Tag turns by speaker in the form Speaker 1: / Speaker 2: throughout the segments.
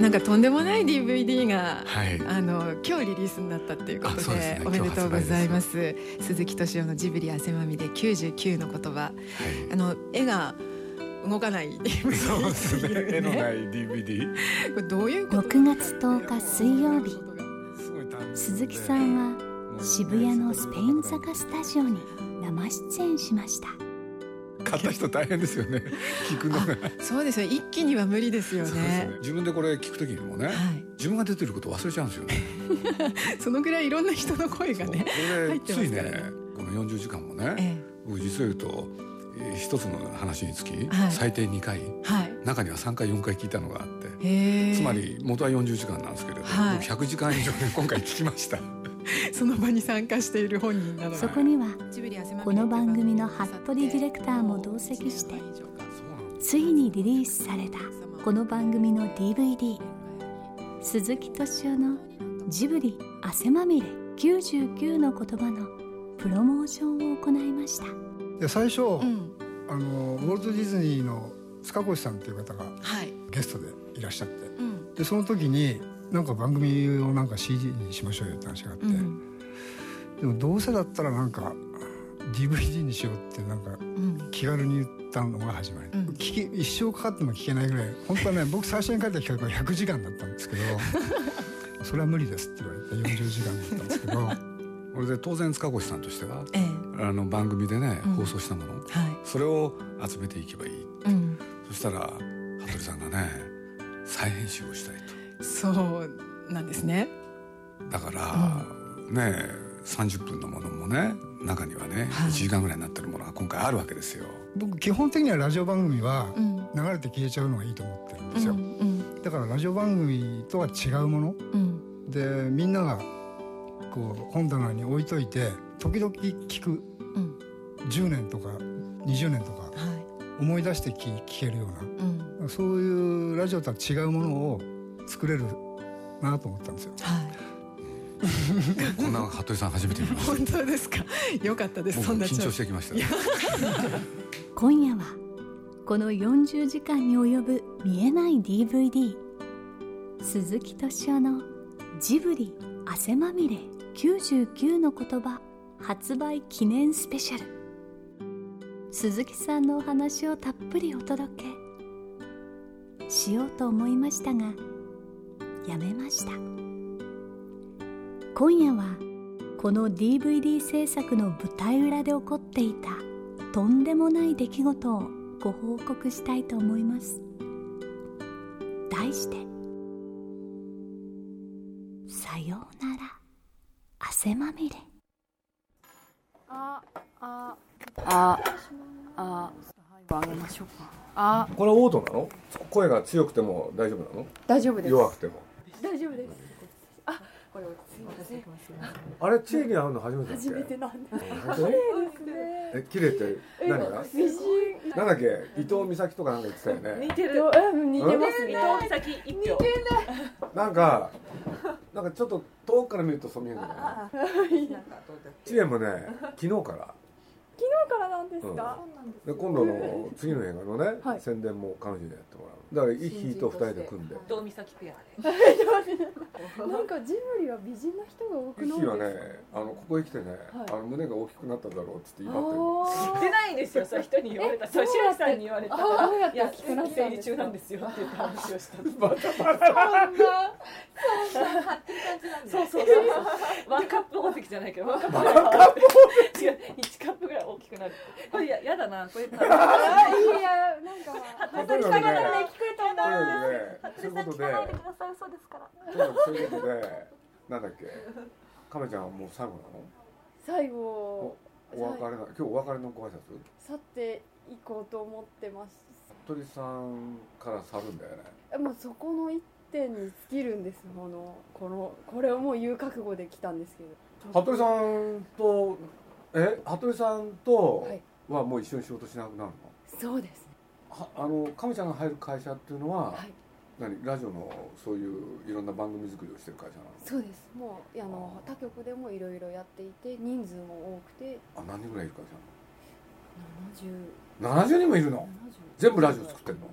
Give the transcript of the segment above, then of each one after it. Speaker 1: なんかとんでもない DVD が、
Speaker 2: はい
Speaker 1: あの今日リリースになったっていうこと
Speaker 2: あ
Speaker 1: で
Speaker 2: そうですね
Speaker 1: おめでとうございます鈴木敏夫の「ジブリ汗まみれ99の言葉」あの絵が動かない DVD
Speaker 2: そうですね 絵のないい DVD
Speaker 1: これどういうこと
Speaker 3: 6月10日水曜日鈴木さん
Speaker 2: は
Speaker 3: は渋谷のスペイン坂スタジオに生出演しました
Speaker 2: 買った人大変ですよね聞くのがそう
Speaker 1: そうですね一気には無理ですよ
Speaker 2: です
Speaker 1: ね
Speaker 2: ね自分でこれ聞く時にもね
Speaker 1: はい
Speaker 2: 自分が出てること忘れちゃうんですよね
Speaker 1: そのぐらいいろんな人の声が
Speaker 2: そうこ
Speaker 1: ね入
Speaker 2: れ
Speaker 1: って
Speaker 2: つ
Speaker 1: ま
Speaker 2: い
Speaker 1: すからね
Speaker 2: ねこの40時間もね
Speaker 1: え
Speaker 2: 僕実を言うとえー一つの話につき
Speaker 1: はい
Speaker 2: 最低2回
Speaker 1: えはい
Speaker 2: 中には3回4回聞いたのがあって
Speaker 1: へえ
Speaker 2: つまり元は40時間なんですけれど僕
Speaker 1: はい
Speaker 2: 100時間以上で今回聞きました
Speaker 1: その場に参加している本人なの
Speaker 3: そこには
Speaker 1: こ
Speaker 3: この番組の服部ディレクターも同席してついにリリースされたこの番組の DVD 鈴木敏夫の「ジブリ汗まみれ99の言葉」のプロモーションを行いました
Speaker 4: で最初、
Speaker 1: うん
Speaker 4: あのウォルト・ディズニーの塚越さんっていう方が
Speaker 1: はい
Speaker 4: ゲストでいらっしゃって
Speaker 1: うん
Speaker 4: でその時になんか番組をなんか CD にしましょうよって話があって、
Speaker 1: うん
Speaker 4: でもどうせだったらなんか DVD にしようってなんか
Speaker 1: うん
Speaker 4: 気軽に言ったのが始まり、
Speaker 1: うん
Speaker 4: 聞き一生かかっても聞けないぐらい本当はね僕最初に書いた企画は100時間だったんですけ どそれは無理ですって言われて40時間だったんですけど
Speaker 2: これで当然塚越さんとしては
Speaker 1: ええ
Speaker 2: あの番組でね
Speaker 1: うん
Speaker 2: 放送したもの
Speaker 1: は
Speaker 2: それを集めていけばいい
Speaker 1: いうん
Speaker 2: そしたら服部さんがね再編集をしたい
Speaker 1: そうなんですね
Speaker 2: とだから、ね30分のものもね中にはね、
Speaker 1: はい
Speaker 2: 1時間ぐらいになってるものが今回あるわけですよ
Speaker 4: 僕基本的にはラジオ番組は
Speaker 1: うん
Speaker 4: 流れて消えちゃうのがいいと思ってるんで
Speaker 1: う
Speaker 4: す
Speaker 1: ん
Speaker 4: よ、
Speaker 1: うん
Speaker 4: だからラジオ番組とは違うもの
Speaker 1: うん
Speaker 4: でみんながこう本棚に置いといて時々聞く
Speaker 1: うん
Speaker 4: 10年とか20年とか
Speaker 1: はい
Speaker 4: 思い出して聞聞けるよう
Speaker 1: うん
Speaker 4: なそういうラジオとは違うものを作れるなと思ったんですよ。
Speaker 1: はい
Speaker 2: こんな服部さん初めて見ま し
Speaker 1: 本当ですかよかったです
Speaker 2: た僕
Speaker 1: そん
Speaker 2: も
Speaker 1: な
Speaker 2: 緊張
Speaker 1: 調
Speaker 2: し
Speaker 1: 子
Speaker 2: てきましたね
Speaker 3: 今夜はこの40時間に及ぶ見えない DVD 鈴木敏夫の「ジブリ汗まみれ99の言葉」発売記念スペシャル鈴木さんのお話をたっぷりお届けしようと思いましたがやめました今夜はこの DVD 制作の舞台裏で起こっていたとんでもない出来事をご報告したいと思います題して「さようなら汗まみれ
Speaker 5: あ、あ、あげましょうか。あ、
Speaker 6: これはオートなの声が強くても大丈夫なの
Speaker 5: 大丈夫です。
Speaker 6: 弱くても
Speaker 5: 大丈夫です。あ、これすいません。
Speaker 6: あれチーに会うの初めてだっけ
Speaker 5: 初めてなんで
Speaker 6: 本当に
Speaker 5: すね。
Speaker 6: え綺麗って何が
Speaker 5: 美人。
Speaker 6: なんだっけ伊藤美咲とかなんか言ってたよね
Speaker 5: 似てる。うん、似てますね。
Speaker 6: なんかなんかちょっと遠くから見るとそう見えるんだよねチーもね昨日から
Speaker 5: だからなんですか。
Speaker 6: で今度の次の映画のね、
Speaker 5: はい
Speaker 6: 宣伝も彼女にやってもらうだから一匹と二人で組んで
Speaker 7: どうみさきペア で。
Speaker 5: なんかジブリは美人な人が多く
Speaker 6: 一
Speaker 5: ない
Speaker 6: 匹は
Speaker 5: ですか。
Speaker 6: ねあのここへ来てね、あの胸が大きくなっただろうって言って威張ってる
Speaker 5: あ
Speaker 7: 出ないんですよ、そういう人に言われた。そう、
Speaker 5: そう
Speaker 7: シラさんに言われた。
Speaker 5: あどうやって
Speaker 7: いや、
Speaker 5: 聞くなったん
Speaker 7: 生
Speaker 5: で
Speaker 7: 理
Speaker 5: すか
Speaker 7: 中なんですよっていう 話をした。そうそうそうそう。ワンカップ大関じゃないけど、ワンカップ大関。違う、一カップぐらい大きくなる。これややだな、 これ。
Speaker 5: あ、いやなんか
Speaker 6: とにかくね、聞こえたな。とにかくね、そういうことで。とにかくそういうことで、なんだっけ。カメちゃんはもう最後なの。
Speaker 5: 最後
Speaker 6: お別れな、今日お別れのご挨拶。
Speaker 5: 去っていこうと思ってます。
Speaker 6: 鳥さんから去るんだよね。
Speaker 5: もうそこの一点に尽きるんですこのこのこれをもう言う覚悟で来たんですけど。
Speaker 6: 服部さんと、え、服部さんと
Speaker 5: はい
Speaker 6: はもう一緒に仕事しなくなるの。
Speaker 5: そうですね。
Speaker 6: はあの、カメちゃんが入る会社っていうのは、
Speaker 5: はい
Speaker 6: 何、ラジオのそういういろんな番組作りをしてる会社な
Speaker 5: そうです。もうあの他局でもいろいろやっていて人数も多くて
Speaker 6: の。あ、何人ぐらいいる会社
Speaker 5: 70
Speaker 6: なの。70人もいるの。
Speaker 5: 70
Speaker 6: 全部ラジオ作ってんの。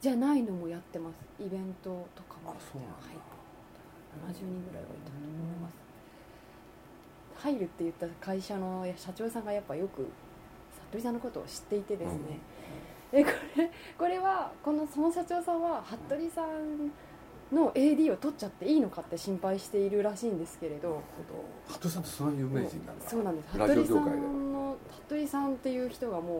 Speaker 5: じゃないのもやってますイベントとかも
Speaker 2: あそうなんだ
Speaker 5: はい、70人ぐらいはいたと思います入るって言った会社の社長さんがやっぱよく服部さんのことを知っていてですね、えこれこれはこのその社長さんは服部さんの AD を取っちゃっていいのかって心配しているらしいんですけれど
Speaker 2: 服部さんってその有名人なんだ
Speaker 5: そうなんです
Speaker 2: ラ
Speaker 5: 服
Speaker 2: ジオ
Speaker 5: 部さ
Speaker 2: 業界で
Speaker 5: んの服部さんっていう人がも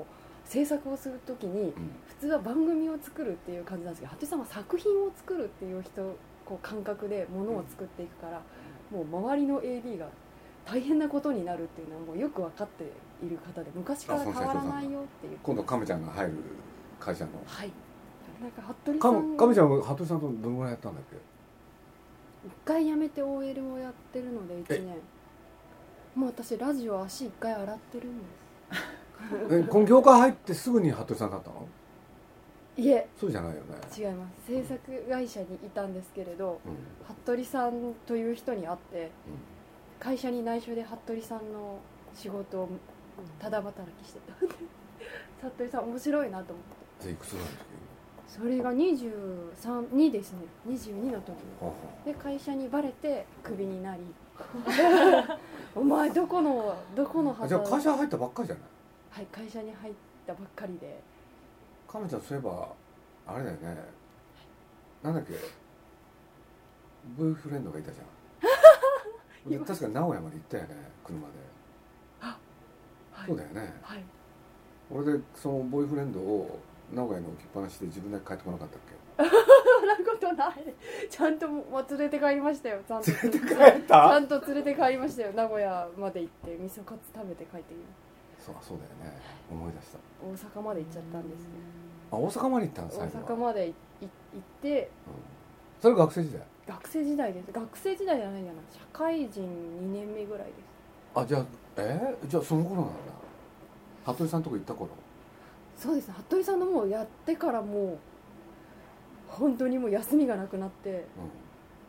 Speaker 5: う制作をするときに
Speaker 2: うん
Speaker 5: 普通は番組を作るっていう感じなんですけど服部さんは作品を作るっていう人こう感覚でものを作っていくから、もう周りの AD が大変なことになるっていうのはもうよく分かっている方で昔から変わらないよっていう
Speaker 2: 今度亀ちゃんが入る会社の
Speaker 5: はいなんか服部さ
Speaker 2: 亀
Speaker 5: ん
Speaker 2: 亀ちゃんは服部さんとどのぐらいやったんだっけ
Speaker 5: 一回辞めて OL をやってるので1年もう私ラジオ足一回洗ってるんで
Speaker 2: えこの業界入ってすぐに服部さんだったの
Speaker 5: すいえ
Speaker 2: そうじゃないよね、
Speaker 5: 違います制作会社にいたんですけれど
Speaker 2: うん
Speaker 5: 服部さんという人に会って会社に内緒で服部さんの仕事をただ働きしてた 服部さん面白いなと思って
Speaker 2: うん、でいくつぐらいの時
Speaker 5: それが232ですね22の時
Speaker 2: ほうほ
Speaker 5: で会社にバレてクビに なりお前どこのどこの
Speaker 2: うあじゃあ会
Speaker 5: 社
Speaker 2: 社入ったばっかりじゃない
Speaker 5: はい会社に入ったばっかりで
Speaker 2: 亀ちゃんそういえばあれだよねなんだっけボーイフレンドがいたじゃ んで確か名古屋まで行ったよね車で
Speaker 5: は
Speaker 2: そうだよね
Speaker 5: はい
Speaker 2: 俺でそのボーイフレンドを名古屋に置きっぱなしで自分だけ帰ってこなかったっ
Speaker 5: そんなことないちゃんともう連れて帰りましたよちゃんと連れて
Speaker 2: け帰っ
Speaker 5: ちゃんと連れて帰りましたよ名古屋まで行って味噌カツ食べて帰ってき
Speaker 2: そうそうだよね思い出した
Speaker 5: ます大阪まで行っちゃったんです
Speaker 2: あ大阪まで行ったの
Speaker 5: け
Speaker 2: 最後
Speaker 5: ど
Speaker 2: は
Speaker 5: 大阪までい行って
Speaker 2: うんそれ学生時代
Speaker 5: 学生時代です学生時代じゃないんだな社会人2年目ぐらいです
Speaker 2: あじゃあえー、じゃあその頃なんだ服部さんとこ行った頃
Speaker 5: そうですね服部さんのもうやってからもう本当にもう休みがなくなって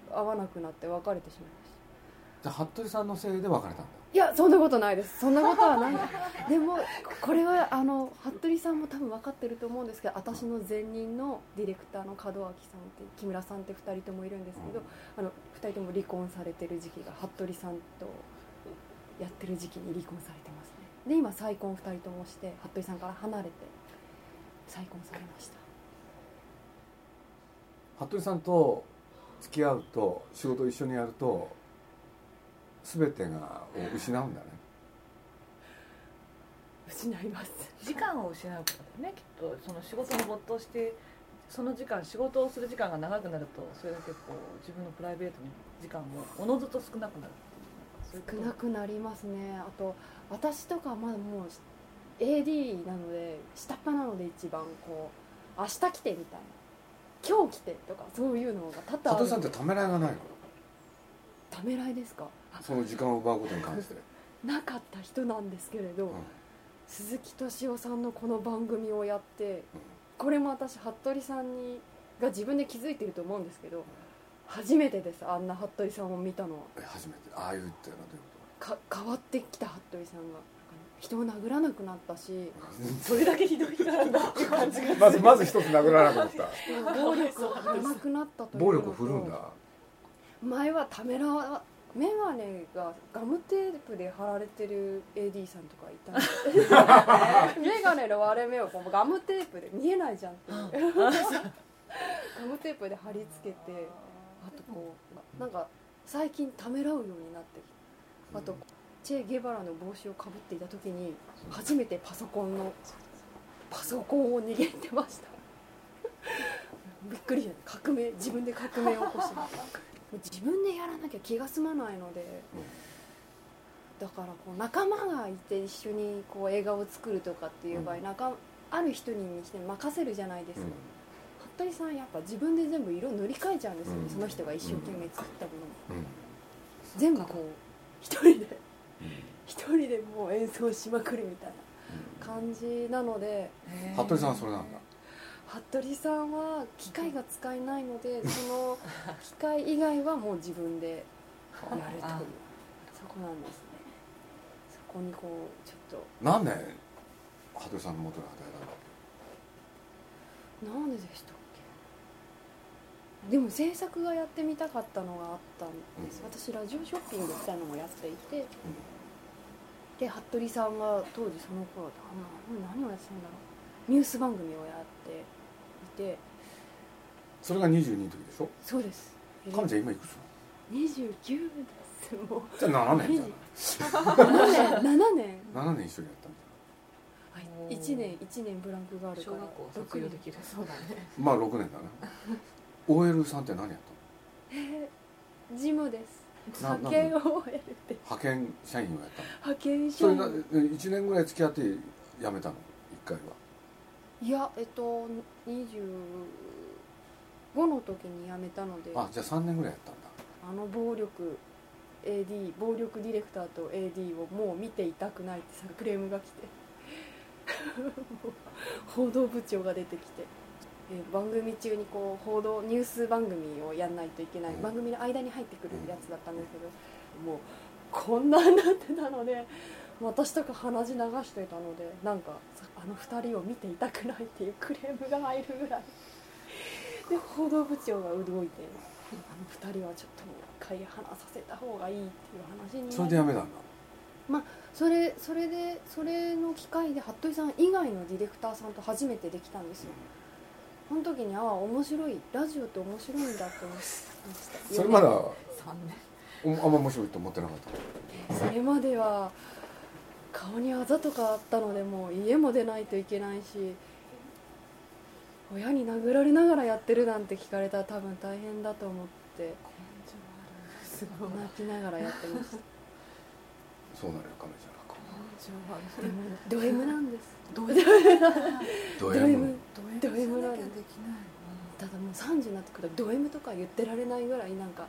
Speaker 2: うん
Speaker 5: 会わなくなって別れてしまいまし
Speaker 2: じ
Speaker 5: た
Speaker 2: ゃあ服部さんのせいで別れたんだ
Speaker 5: いやそんなことないですそんなことはないでもこれはあの服部さんも多分分かってると思うんですけど私の前任のディレクターの門脇さんって木村さんって2人ともいるんですけど、
Speaker 2: うん
Speaker 5: あの2人とも離婚されてる時期が服部さんとやってる時期に離婚されてますねで今再婚2人ともして服部さんから離れて再婚されました
Speaker 2: 服部さんと付き合うと仕事を一緒にやると全てがを失うんだね
Speaker 5: 失います
Speaker 7: 時間を失うことだよねきっとその仕事に没頭してその時間仕事をする時間が長くなるとそれだけこう自分のプライベートの時間もおのずと少なくなるっていう
Speaker 5: 少
Speaker 7: なん
Speaker 5: な
Speaker 7: か
Speaker 5: くなりますねあと私とかまだもう AD なので下っ端なので一番こう明日来てみたいな今日来てとかそういうのが多々あ
Speaker 2: 佐
Speaker 5: る
Speaker 2: 藤さんってためらいがないの
Speaker 5: ためらいですかあ
Speaker 2: その時間を奪うことに関して、
Speaker 5: なかった人なんですけれど、
Speaker 2: ん
Speaker 5: 鈴木敏夫さんのこの番組をやってこれも私服部さんにが自分で気づいてると思うんですけど初めてですあんな服部さんを見たのは
Speaker 2: え初めてああいうっていうのはどういうこ
Speaker 5: か変わってきた服部さんが人を殴らなくなったし
Speaker 7: それだけひどい人なんだっていう感じ が
Speaker 2: まずまず一つ殴らなくなった
Speaker 5: 暴力を振るなくなったとい う
Speaker 2: 暴
Speaker 5: の
Speaker 2: 力
Speaker 5: と
Speaker 2: を振るんだ
Speaker 5: 前はためらわ眼鏡がガムテープで貼られてる AD さんとかいたんで すよ眼鏡の割れ目をこうガムテープで見えないじゃんっていうガムテープで貼り付けてあとこうなんか最近ためらうようになってきてあとチェ・ゲバラの帽子をかぶっていた時に初めてパソコンのパソコンを握ってましたびっくりじゃない革命自分で革命を起こして自分でやらなきゃ気が済まないので、だからこう仲間がいて一緒にこう映画を作るとかっていう場合、
Speaker 2: うん
Speaker 5: 仲ある人にして任せるじゃないです
Speaker 2: う
Speaker 5: か、
Speaker 2: ん
Speaker 5: 服部さんやっぱ自分で全部色塗り替えちゃうんですよね、
Speaker 2: うん
Speaker 5: その人が一生懸命作ったものを、
Speaker 2: うん
Speaker 5: 全部こう一人で一人でもう演奏しまくるみたいな感じなので
Speaker 2: 服部さんはそれなんだ
Speaker 5: 服部さんは機械が使えない のでその機械以外はもう自分でやるという
Speaker 7: あ
Speaker 5: そこなんですねそこにこうちょっ
Speaker 2: 何年服部さんの元で働いたんだっ
Speaker 5: と何ででしたっけでも制作がやってみたかったのがあったんです、私ラジオショッピングみたいなのもやっていて、で服部さんが当時その頃だあ何をやってたんだろうニュース番組をやっていて
Speaker 2: それが22の時でしょ
Speaker 5: そうです
Speaker 2: 彼女今いくつ
Speaker 5: 29ですもう
Speaker 2: じゃあ7年じゃない
Speaker 5: 7年7年
Speaker 2: 7年一緒にやったんだ
Speaker 5: はい1年1年ブランクがあるか
Speaker 7: 小
Speaker 5: ら
Speaker 7: 学校を卒業できるそうだね
Speaker 2: まあ6年だな OL さんって何やっ
Speaker 5: えー事務です
Speaker 2: たのな
Speaker 5: 派
Speaker 2: なん
Speaker 5: 遣
Speaker 2: で
Speaker 5: をやるって
Speaker 2: 派遣社員をやったの
Speaker 5: 派遣
Speaker 2: そ
Speaker 5: 社
Speaker 2: れな
Speaker 5: 員
Speaker 2: 1年ぐらい付き合って辞めたの1回はい
Speaker 5: やえっと25の時に辞めたので
Speaker 2: あじゃあ3年ぐらいやったんだ
Speaker 5: あの暴力 AD 暴力ディレクターと AD をもう見ていたくないってさクレームが来てもう報道部長が出てきてえ番組中にこう報道ニュース番組をやんないといけない
Speaker 2: うん
Speaker 5: 番組の間に入ってくるやつだったんですけどもうこんなになってたのでもう私とか鼻血流してたのでなんかあの2人を見ていたくないっていうクレームが入るぐらいで報道部長が動いてあの2人はちょっともう一回話させた方がいいっていう話になって
Speaker 2: それで辞めたんだ
Speaker 5: それそれでそれの機会で服部さん以外のディレクターさんと初めてできたんですよその時にああ面白いラジオって面白いんだって思いました
Speaker 2: それまだお
Speaker 7: 3年
Speaker 2: あんま面白いと思ってなかった
Speaker 5: それまでは顔にあざとかあったのでもう家も出ないといけないし親に殴られながらやってるなんて聞かれたら多分大変だと思って
Speaker 7: すごい
Speaker 5: 泣きながらやってました
Speaker 2: そうなのよ彼女なんか
Speaker 5: でもド M なんです
Speaker 7: ど
Speaker 2: ド
Speaker 7: う
Speaker 5: ド M
Speaker 7: ド
Speaker 5: ド
Speaker 7: M し
Speaker 5: M
Speaker 7: な
Speaker 5: なの
Speaker 7: きゃできない
Speaker 5: ただもう30になってくるとド M とか言ってられないぐらいなんか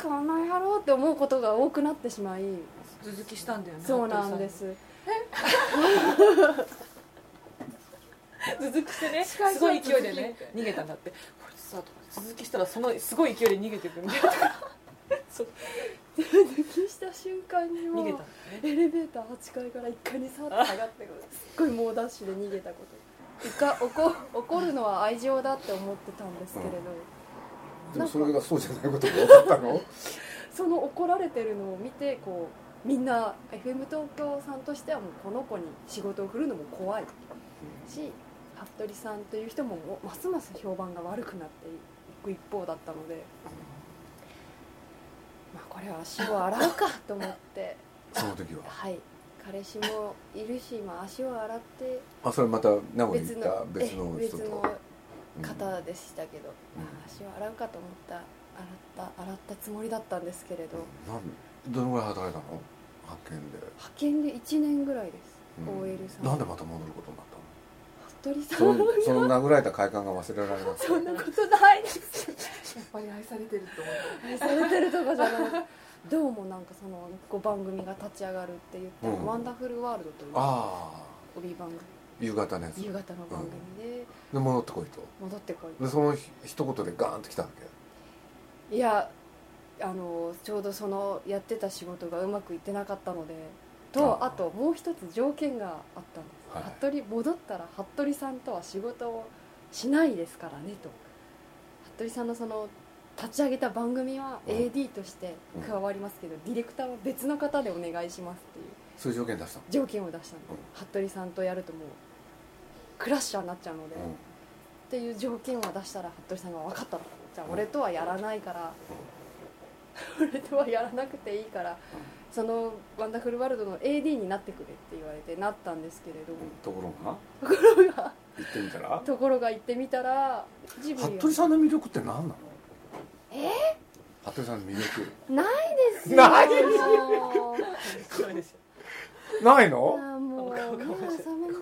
Speaker 5: この野郎って思うことが多くなってしまい
Speaker 7: な続きしたんだよね
Speaker 5: そうなんです
Speaker 7: 続きしてねすごい勢いでね逃げたんだってこれさ続きしたらそのすごい勢いで逃げてくみたいな
Speaker 5: 抜きした瞬間にも
Speaker 7: 逃げ
Speaker 5: う
Speaker 7: たんだね
Speaker 5: エレベーター8階から1階にさっと上がってくるすっごい猛ダッシュで逃げた こといか怒怒るのは愛情だって思ってたんですけれど、
Speaker 2: でもそれがそうじゃないことが分かったの
Speaker 5: その怒られてるのを見てこうみんな FM 東京さんとしてはもうこの子に仕事を振るのも怖いし服部さんという人ももうますます評判が悪くなっていく一方だったので、まあ、これは足を洗うかと思って
Speaker 2: その時は
Speaker 5: はい彼氏もいるし、まあ、足を洗って
Speaker 2: あそれまた名古屋に
Speaker 5: 別
Speaker 2: 行った
Speaker 5: の
Speaker 2: 別の
Speaker 5: ええ
Speaker 2: 人
Speaker 5: 別
Speaker 2: と
Speaker 5: の方でしたけど、
Speaker 2: うん
Speaker 5: まあ足を洗うかと思った洗った洗ったつもりだったんですけれど
Speaker 2: なんどのぐらい働いたの派遣で、
Speaker 5: 派遣で1年ぐらいです、
Speaker 2: うん
Speaker 5: OL さん
Speaker 2: なんでまた戻ることになったの
Speaker 5: 服部さ
Speaker 2: そ
Speaker 5: ん
Speaker 2: の その殴られた快感が忘れられなくて
Speaker 5: そんなことないです
Speaker 7: やっぱり愛されてると思う
Speaker 5: 愛されてるとかじゃないどうもなんかその5番組が立ち上がるって言ったら、
Speaker 2: うん
Speaker 5: ワンダフルワールド」という
Speaker 2: ああ
Speaker 5: 帯番組
Speaker 2: 夕方のやつ
Speaker 5: 夕方の番組で
Speaker 2: で戻ってこいと
Speaker 5: 戻ってこい
Speaker 2: でそのひ一言でガーンと来たわけ
Speaker 5: いやあのちょうどそのやってた仕事がうまくいってなかったのでと
Speaker 2: あ
Speaker 5: あともう一つ条件があったんです、
Speaker 2: はい
Speaker 5: 服部戻ったら服部さんとは仕事をしないですからねと服部さんのその立ち上げた番組は
Speaker 2: うん
Speaker 5: AD として加わりますけど、ディレクターは別の方でお願いしますっていう
Speaker 2: そういう条件出したの
Speaker 5: 条件を出したの、
Speaker 2: う
Speaker 5: 服部さんとやるともうクラッシャーになっちゃうので、
Speaker 2: うん
Speaker 5: っていう条件を出したら服部さんが分かったとじゃあ俺とはやらないから、俺とはやらなくていいから、その「ワンダフルワールド」の AD になってくれって言われてなったんですけれど
Speaker 2: うんところが
Speaker 5: ところが
Speaker 2: 行ってみたら
Speaker 5: ところが行ってみたらジブリは
Speaker 2: 服部さんの魅力って何なの
Speaker 5: え
Speaker 2: 服部さんの魅力
Speaker 5: ないですよ
Speaker 2: ない
Speaker 5: も
Speaker 7: そうですよ
Speaker 2: ない
Speaker 5: あ
Speaker 2: の
Speaker 5: ーもう目が覚めましたよもう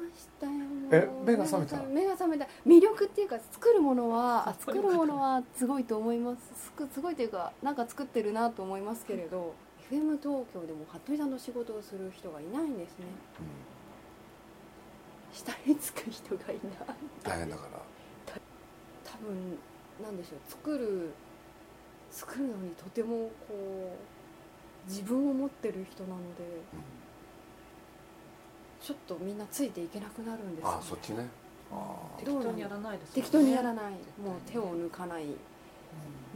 Speaker 2: え目が覚めた
Speaker 5: 目が覚めた魅力っていうか作るものはあ作るものはすごいと思いますすくすごいというかなんか作ってるなと思いますけれど FM 東京でも服部さんの仕事をする人がいないんですね下につく人がいない
Speaker 2: 大変だから
Speaker 5: 多分なんでしょう作る作るのにとてもこう自分を持ってる人なのでちょっとみんなついていけなくなるんですよ
Speaker 2: ああそっちねあ
Speaker 7: 適当にやらないですよね
Speaker 5: 適当にやらないもう手を抜かない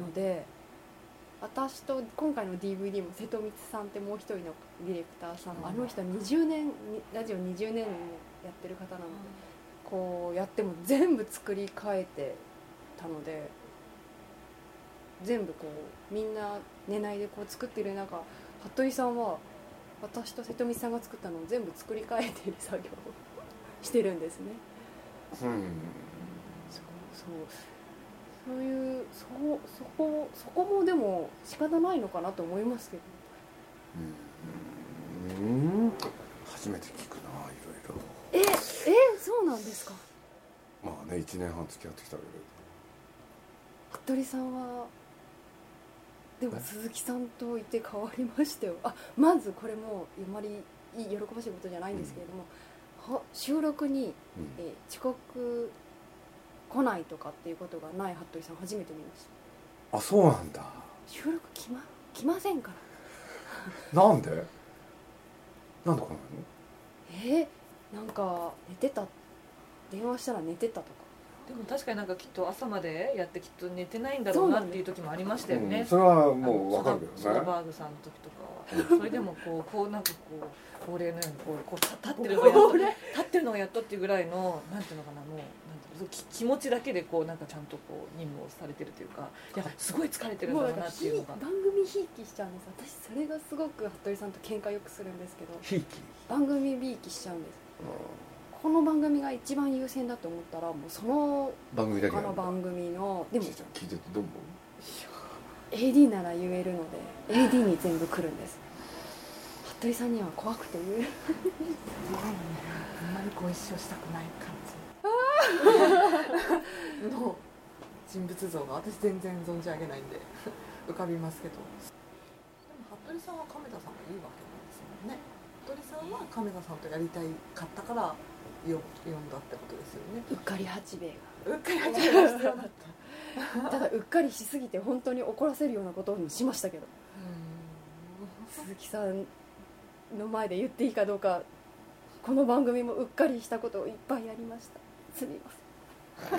Speaker 5: ので私と今回の DVD も瀬戸光さんってもう一人のディレクターさんあの人は20年にラジオ20年もやってる方なのでこうやっても全部作り変えてたので全部こうみんな寝ないでこう作ってる中服部さんは私と瀬戸光さんが作ったのを全部作り変えてる作業を してるんですね。
Speaker 2: うん
Speaker 5: そうそうそういうそうそこそこもでも仕方ないのかなと思いますけど
Speaker 2: うん初めて聞くないろいろ
Speaker 5: ええそうなんですか
Speaker 2: まあね1年半付き合ってきたけど
Speaker 5: 服部さんはでも
Speaker 2: え
Speaker 5: 鈴木さんといて変わりましたよあまずこれもうあまりいい喜ばしいことじゃないんですけれども、は収録
Speaker 2: う
Speaker 5: に、
Speaker 2: ん
Speaker 5: え遅刻来ないとかっていうことがない服部さん初めて見ました
Speaker 2: あそうなんだ
Speaker 5: 収録来ま来ませんから
Speaker 2: なんでなんで来ないの
Speaker 5: えー、なんか寝てた電話したら寝てたとか
Speaker 7: でも確かになんかきっと朝までやってきっと寝てないんだろうなっていう時もありましたよ
Speaker 2: う
Speaker 7: ね
Speaker 2: ん、それはもうわかるけ
Speaker 7: ソ
Speaker 2: ど
Speaker 7: ダソ
Speaker 2: ね
Speaker 7: ダバーグさんの時とかはそれでもこうこうなんかこう恒例のようにこうこう立立ってるのがやっと立ってるのがやっとっていうぐらいのなんていうのかなもうなんていうのき気持ちだけでこうなんかちゃんとこう任務をされてるというかいやすごい疲れてるん
Speaker 5: も
Speaker 7: だ
Speaker 5: う
Speaker 7: ろ
Speaker 5: なん
Speaker 7: うな
Speaker 5: か
Speaker 7: って
Speaker 5: ひ
Speaker 7: いうの
Speaker 5: 番
Speaker 7: が
Speaker 5: 組ひいきしちゃうんです私それがすごく服部さんと喧嘩よくするんですけど
Speaker 2: ひいき
Speaker 5: 番組びいきしちゃうんですこの番組が一番優先だと思ったらもうその
Speaker 2: 番組だけや
Speaker 5: 他の
Speaker 2: るんだ
Speaker 5: 番組のでも
Speaker 2: ちーちゃん聞いててどう思う
Speaker 5: AD なら言えるので AD に全部来るんです服部さんには怖くて言える
Speaker 7: あんまりご一緒したくない感じの人物像が私全然存じ上げないんで浮かびますけどでも服部さんは亀田さんがいいわけなんですもんね服部さんは亀田さんとやりたいかったからよ呼んだってことですよね
Speaker 5: うっかり八兵衛
Speaker 7: うっかり始めましたよだった
Speaker 5: がただうっかりしすぎて本当に怒らせるようなことにしましたけど鈴木さんの前で言っていいかどうかこの番組もうっかりしたことをいっぱいやりましたすみませ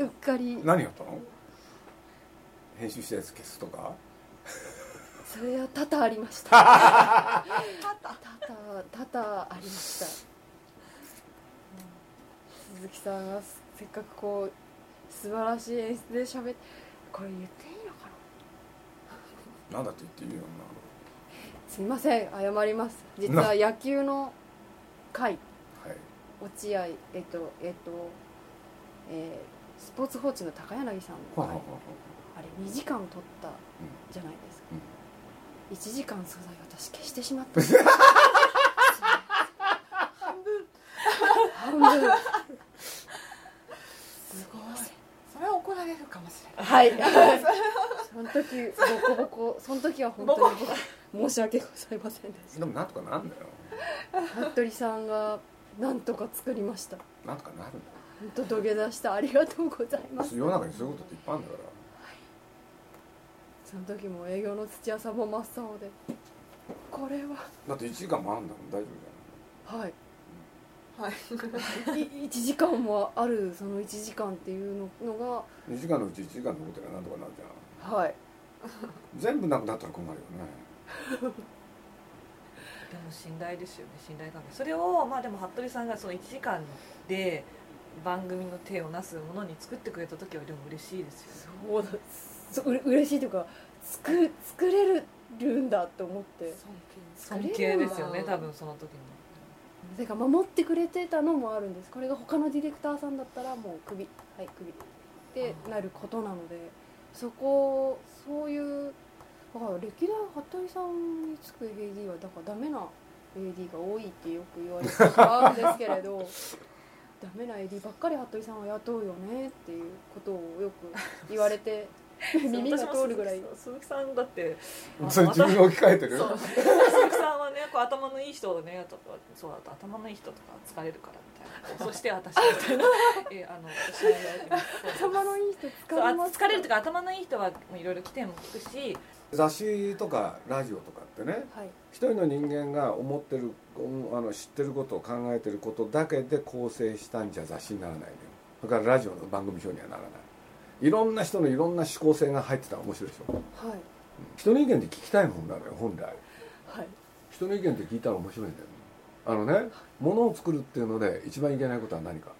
Speaker 5: んうっかり
Speaker 2: 何やったの編集したやつ消すとか
Speaker 5: それは多々ありました多々多々ありましたうん鈴木さんがせっかくこう素晴らしい演出で喋ってこれ言っていいのかな
Speaker 2: なんだって言っていいよ
Speaker 5: すみません謝ります実は野球の回
Speaker 2: なはい
Speaker 5: 落合えっとえっと、えースポーツ報知の高柳さんの、
Speaker 2: はい
Speaker 5: あれ2時間撮ったじゃないですか、
Speaker 2: うん
Speaker 5: 1時間素材私消してしまった 半分半分すごい
Speaker 8: それは怒られるかもしれない
Speaker 5: はい その時ボコボコその時は 本当に僕申し訳ございませんでし
Speaker 2: でもなんとかなんだよ
Speaker 5: た服部さんがなんとか作りました
Speaker 2: なんとかなるんだよ
Speaker 5: 本当土下座したありがとうございます
Speaker 2: 世の中にそういうことっていっぱいあるんだから
Speaker 5: その時も営業の土屋さんも真っ青でこれは
Speaker 2: だって1時間もあるんだもん大丈夫
Speaker 5: はい
Speaker 8: はい
Speaker 5: 1時間もあるその1時間っていうのが
Speaker 2: じゃん2時間のうち1時間のことがなんとかなるじゃん
Speaker 5: はい
Speaker 2: 全部なくなったら困るよね
Speaker 7: でも信頼ですよね信頼関係それをまあでも服部さんがその1時間で番組の手をなすものに作ってくれた時はでも嬉しいですよね
Speaker 5: そうだそうれ嬉しいというか作作れるんだと思って
Speaker 8: 尊敬
Speaker 5: 作
Speaker 7: 尊
Speaker 5: れるん
Speaker 7: 敬
Speaker 5: だ
Speaker 7: ですよね多分その時に
Speaker 5: てか守ってくれてたのもあるんですこれが他のディレクターさんだったらもう首はい首ってなることなのでそこそういうだから歴代服部さんにつく AD はだからダメな AD が多いってよく言われてしまうんですけれど ダメな AD ばっかり服部さんは雇うよねっていうことをよく言われて耳が通るぐらい
Speaker 7: 私も鈴木さん鈴木さん だってあの
Speaker 2: それ自分に置き換えてる
Speaker 7: そう鈴木さんはねこう頭のいい人をねとかそうだと頭のいい人とか疲れるからみたいなこうそして私みたいなえあの私はやられてますそう
Speaker 5: 頭のいい人
Speaker 7: そう
Speaker 5: 疲
Speaker 7: あ
Speaker 5: れます
Speaker 7: 疲れるというか頭のいい人はいろいろ来ても聞くし
Speaker 2: 雑誌とかラジオとかってね
Speaker 5: はい
Speaker 2: 一人の人間が思ってるうんあの知ってることを考えてることだけで構成したんじゃ雑誌にならないのよだからラジオの番組表にはならないいろんな人のいろんな思考性が入ってたら面白いでしょ
Speaker 5: はい
Speaker 2: 人の意見って聞きたいもんなのよ本来
Speaker 5: はい
Speaker 2: 人の意見って聞いたら面白いんだよあのねものを作るっていうので一番いけないことは何か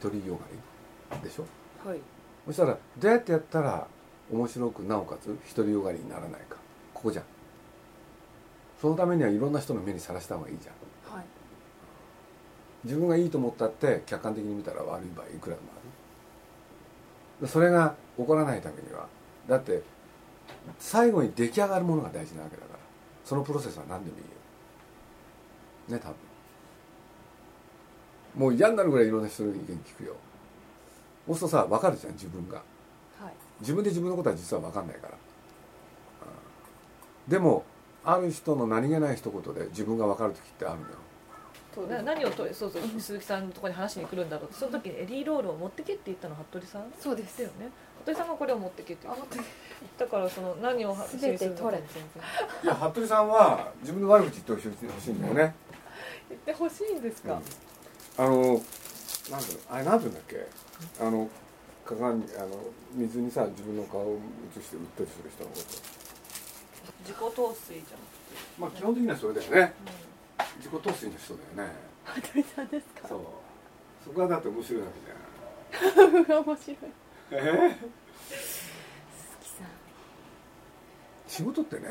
Speaker 2: 独りよがりでしょ
Speaker 5: はい
Speaker 2: そしたらどうやってやったら面白くなおかつ独りよがりにならないかここじゃんそのためにはいろんな人の目にさらした方がいいじゃん
Speaker 5: はい
Speaker 2: 自分がいいと思ったって客観的に見たら悪い場合いくらでもあるそれが起こらないためにはだって最後に出来上がるものが大事なわけだからそのプロセスは何でもいいよね多分もう嫌になるぐらいいろんな人の意見聞くよそうするとさ分かるじゃん自分が
Speaker 5: はい
Speaker 2: 自分で自分のことは実は分かんないから、うんでもある人の何気ない一言で自分が分かる時ってあるのよ
Speaker 9: そうな何をとそうそう鈴木さんのところに話しに来るんだろうってその時にエリーロールを持ってけって言ったの服部さん
Speaker 5: そうで
Speaker 9: だ
Speaker 5: す
Speaker 9: よね服部さんがこれを持ってけって言
Speaker 5: あ
Speaker 9: った
Speaker 5: 待って
Speaker 9: だからその何を発信するのか
Speaker 5: 全て取れ
Speaker 9: 全然
Speaker 2: いや服部さんは自分の悪口言ってほしいんだよね
Speaker 9: 言ってほしいんですか、
Speaker 2: あのなんていうのあれなんていうんだっけあの鏡あの水にさ自分の顔を映して売ったりする人のこと
Speaker 9: 自己陶酔じゃん
Speaker 2: まあ基本的にはそれだよね、自己陶酔の人だよね
Speaker 5: 服部さんですか
Speaker 2: そうそこはだって面白いわけじゃん
Speaker 5: 面白い
Speaker 2: え
Speaker 5: 鈴木さん
Speaker 2: 仕事ってね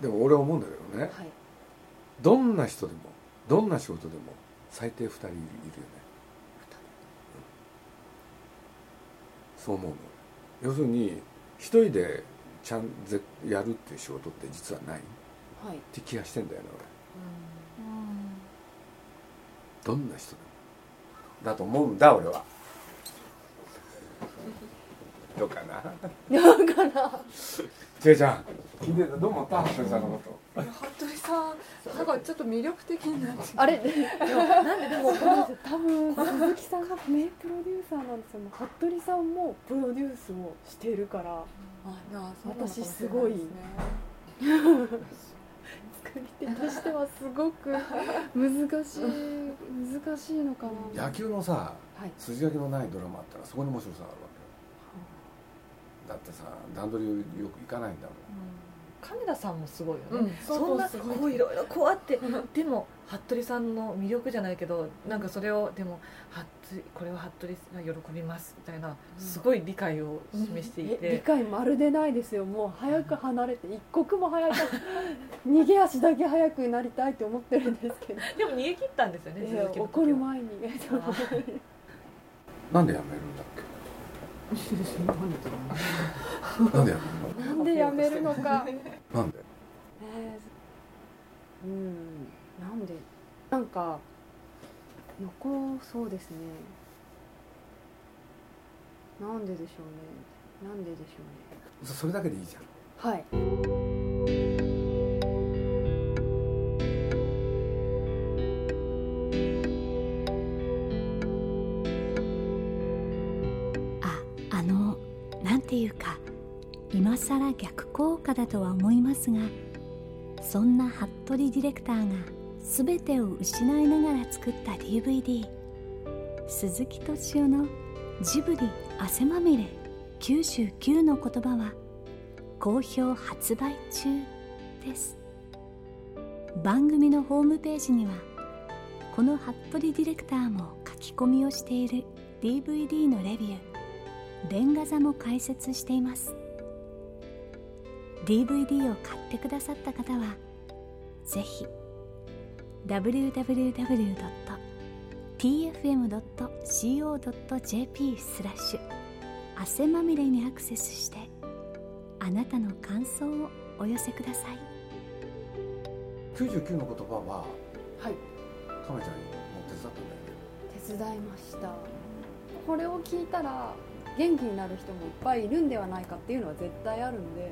Speaker 2: でも俺は思うんだけどね
Speaker 5: はい
Speaker 2: どんな人でもどんな仕事でも最低2人いるよねそう思うの要するに一人でちゃんぜやるっていう仕事って実はないっ
Speaker 5: はい
Speaker 2: て気がしてんだよね俺どんな人でもだと思うんだ俺はどうかな
Speaker 5: うんだから
Speaker 2: ちえちゃん聞いてたどう思った服部さんのこと
Speaker 8: 服部さんなんかちょっと魅力的になって
Speaker 5: あれでもなんででも多分鈴木さんが名プロデューサーなんですよ服部さんもプロデュースをしてるから
Speaker 8: あなあそうなのかもしれな
Speaker 5: 私すごい
Speaker 8: ですね
Speaker 5: 作り手としてはすごく難しい難しいのかな
Speaker 2: 野球のさ
Speaker 5: はい
Speaker 2: 筋書きのないドラマあったらそこに面白さがあるわけよだってさ段取りよくいかないんだもん
Speaker 9: 金田さんもすごいよ
Speaker 8: う
Speaker 9: ね、
Speaker 8: ん
Speaker 9: そんな
Speaker 8: す
Speaker 9: こ
Speaker 8: ごいう
Speaker 9: いろいろこうあってでも服部さんの魅力じゃないけどなんかそれをでも服部これは服部が喜びますみたいなすごい理解を示していて、
Speaker 5: え理解まるでないですよもう早く離れて一刻も早く逃げ足だけ早くなりたいって思ってるんですけど
Speaker 9: でも逃げ切ったんですよね
Speaker 5: い
Speaker 9: 鈴
Speaker 5: や
Speaker 9: 木の時は
Speaker 5: 怒る前に
Speaker 9: あ
Speaker 2: なんで辞めるんだっ けなんで辞める
Speaker 5: なんでやめるのか
Speaker 2: のなんで
Speaker 5: ねえうんなんでなんか残そうですねなんででしょうねなんででしょうね
Speaker 2: そそれだけでいいじゃん
Speaker 5: はい
Speaker 3: ああのなんていうか今さら逆効果だとは思いますがそんな服部ディレクターが全てを失いながら作った DVD「鈴木敏夫のジブリ汗まみれ99の言葉」は好評発売中です番組のホームページにはこの服部ディレクターも書き込みをしている DVD のレビューレンガ座も開設しています DVD を買ってくださった方はぜひ www.tfm.co.jp スラッシュ汗まみれにアクセスしてあなたの感想をお寄せください
Speaker 2: 99の言葉は
Speaker 5: は
Speaker 2: 亀ちゃん
Speaker 5: い
Speaker 2: にも手伝ったんだよね
Speaker 5: 手伝いましたこれを聞いたら元気になる人もいっぱいいるんではないかっていうのは絶対あるんで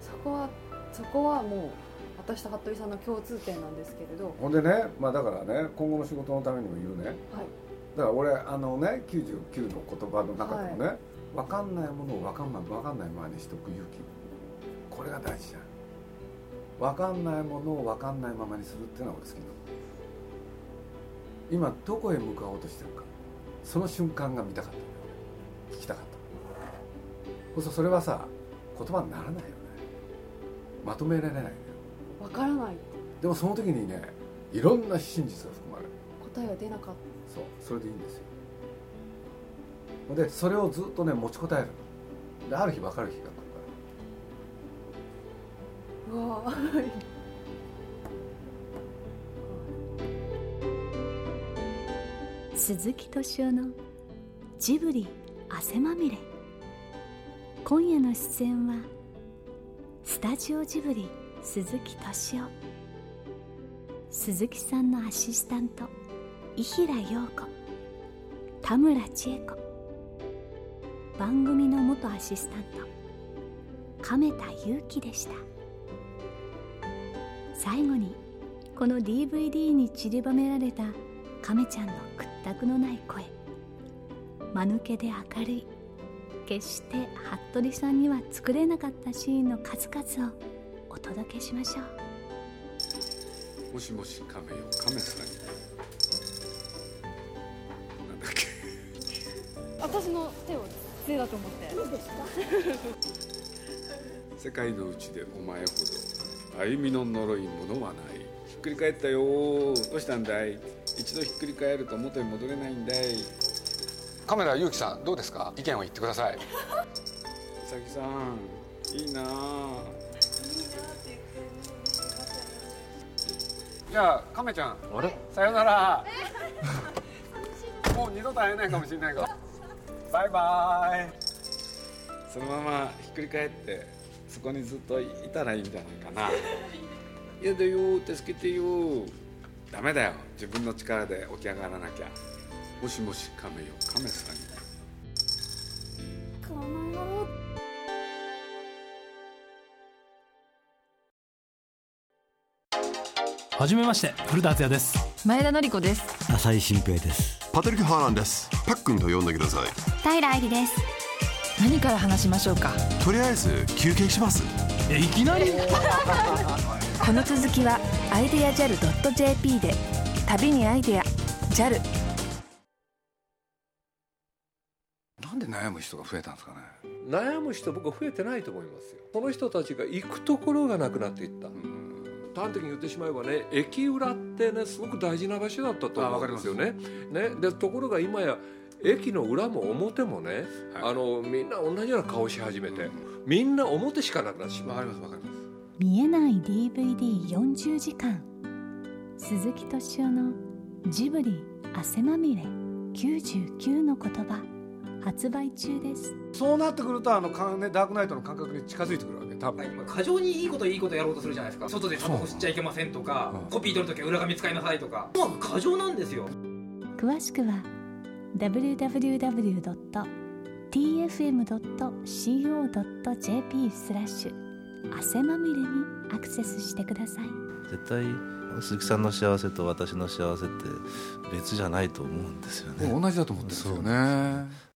Speaker 5: そこはそこはもう私と服部さんの共通点なんですけれど
Speaker 2: ほんでねまあだからね今後の仕事のためにも言うね
Speaker 5: はい
Speaker 2: だから俺あのね99の言葉の中でもね、
Speaker 6: 分かんないものを分かんない分かんないままにしておく勇気これが大事だ分かんないものを分かんないままにするっていうのは俺好きなの今どこへ向かおうとしてるかその瞬間が見たかったんだよ俺聞きたかったそうするとそれはさ言葉にならないよねまとめられないよね
Speaker 5: わからない
Speaker 6: でもその時にねいろんな真実が含まれる
Speaker 5: 答えが出なかっ
Speaker 6: そうそれでいいんですよでそれをずっとね持ちこたえるのである日分かる日が来るか
Speaker 5: たうわあ
Speaker 3: 鈴木敏夫のジブリ汗まみれ今夜の出演はスタジオジブリ鈴木敏夫鈴木さんのアシスタント伊平陽子田村千恵子番組の元アシスタント亀田裕樹でした最後にこの DVD に散りばめられた亀ちゃんの屈託のない声間抜けで明るい決して服部さんには作れなかったシーンの数々をお届けしましょう
Speaker 2: もしもし亀よ亀さんなんだっけ
Speaker 5: 私の手を手だと思って
Speaker 2: 世界のうちでお前ほど歩みの呪いものはないひっくり返ったよどうしたんだい一度ひっくり返ると元に戻れないんだい
Speaker 6: カメラゆうきさんどうですか意見を言ってください
Speaker 2: 佐々木さんいいなあ
Speaker 6: じゃあカメちゃんあれさよならもう二度と会えないかもしれないからバイバイ
Speaker 2: そのままひっくり返ってそこにずっといたらいいんじゃないかな 「嫌だよ助けてよ」ダメだよ自分の力で起き上がらなきゃもしもし亀よ亀さん
Speaker 10: はじめまして古田敦也です
Speaker 11: 前田典子です
Speaker 12: 浅井新平です
Speaker 13: パトリック・ハーランですパックンと呼んでください
Speaker 7: 平愛理です
Speaker 11: 何から話しましょうか
Speaker 13: とりあえず休憩します
Speaker 10: えいきなり
Speaker 7: この続きはアイデア JAL.jp で旅にアイデア JAL
Speaker 2: なんで悩む人が増えたんですかね
Speaker 6: 悩む人僕は増えてないと思いますよその人たちが行くところがなくなっていった端的に言ってしまえばね駅裏ってねすごく大事な場所だったと
Speaker 2: あわ
Speaker 6: 思う
Speaker 2: か
Speaker 6: ん
Speaker 2: り
Speaker 6: で
Speaker 2: ますす
Speaker 6: よねねでところが今や駅の裏も表もね、
Speaker 2: はい
Speaker 6: あのみんな同じような顔し始めて、みんな表しかなくなってしま
Speaker 2: わか
Speaker 6: う
Speaker 2: りますわかります
Speaker 3: 見えない DVD40 時間鈴木敏夫の「ジブリ汗まみれ99の言葉」発売中です
Speaker 2: そうなってくるとあのかねダークナイトの感覚に近づいてくるわけ多分、
Speaker 14: 過剰にいいこといいことやろうとするじゃないですか外でタバコ吸っちゃいけませんとか、コピー取るときは裏紙使いなさいとかもう過剰なんですよ
Speaker 3: 詳しくは www.tfm.co.jp スラッシュ汗まみれにアクセスしてください
Speaker 15: 絶対鈴木さんの幸せと私の幸せって別じゃないと思うんですよね
Speaker 2: 同じだと思ってるんですよね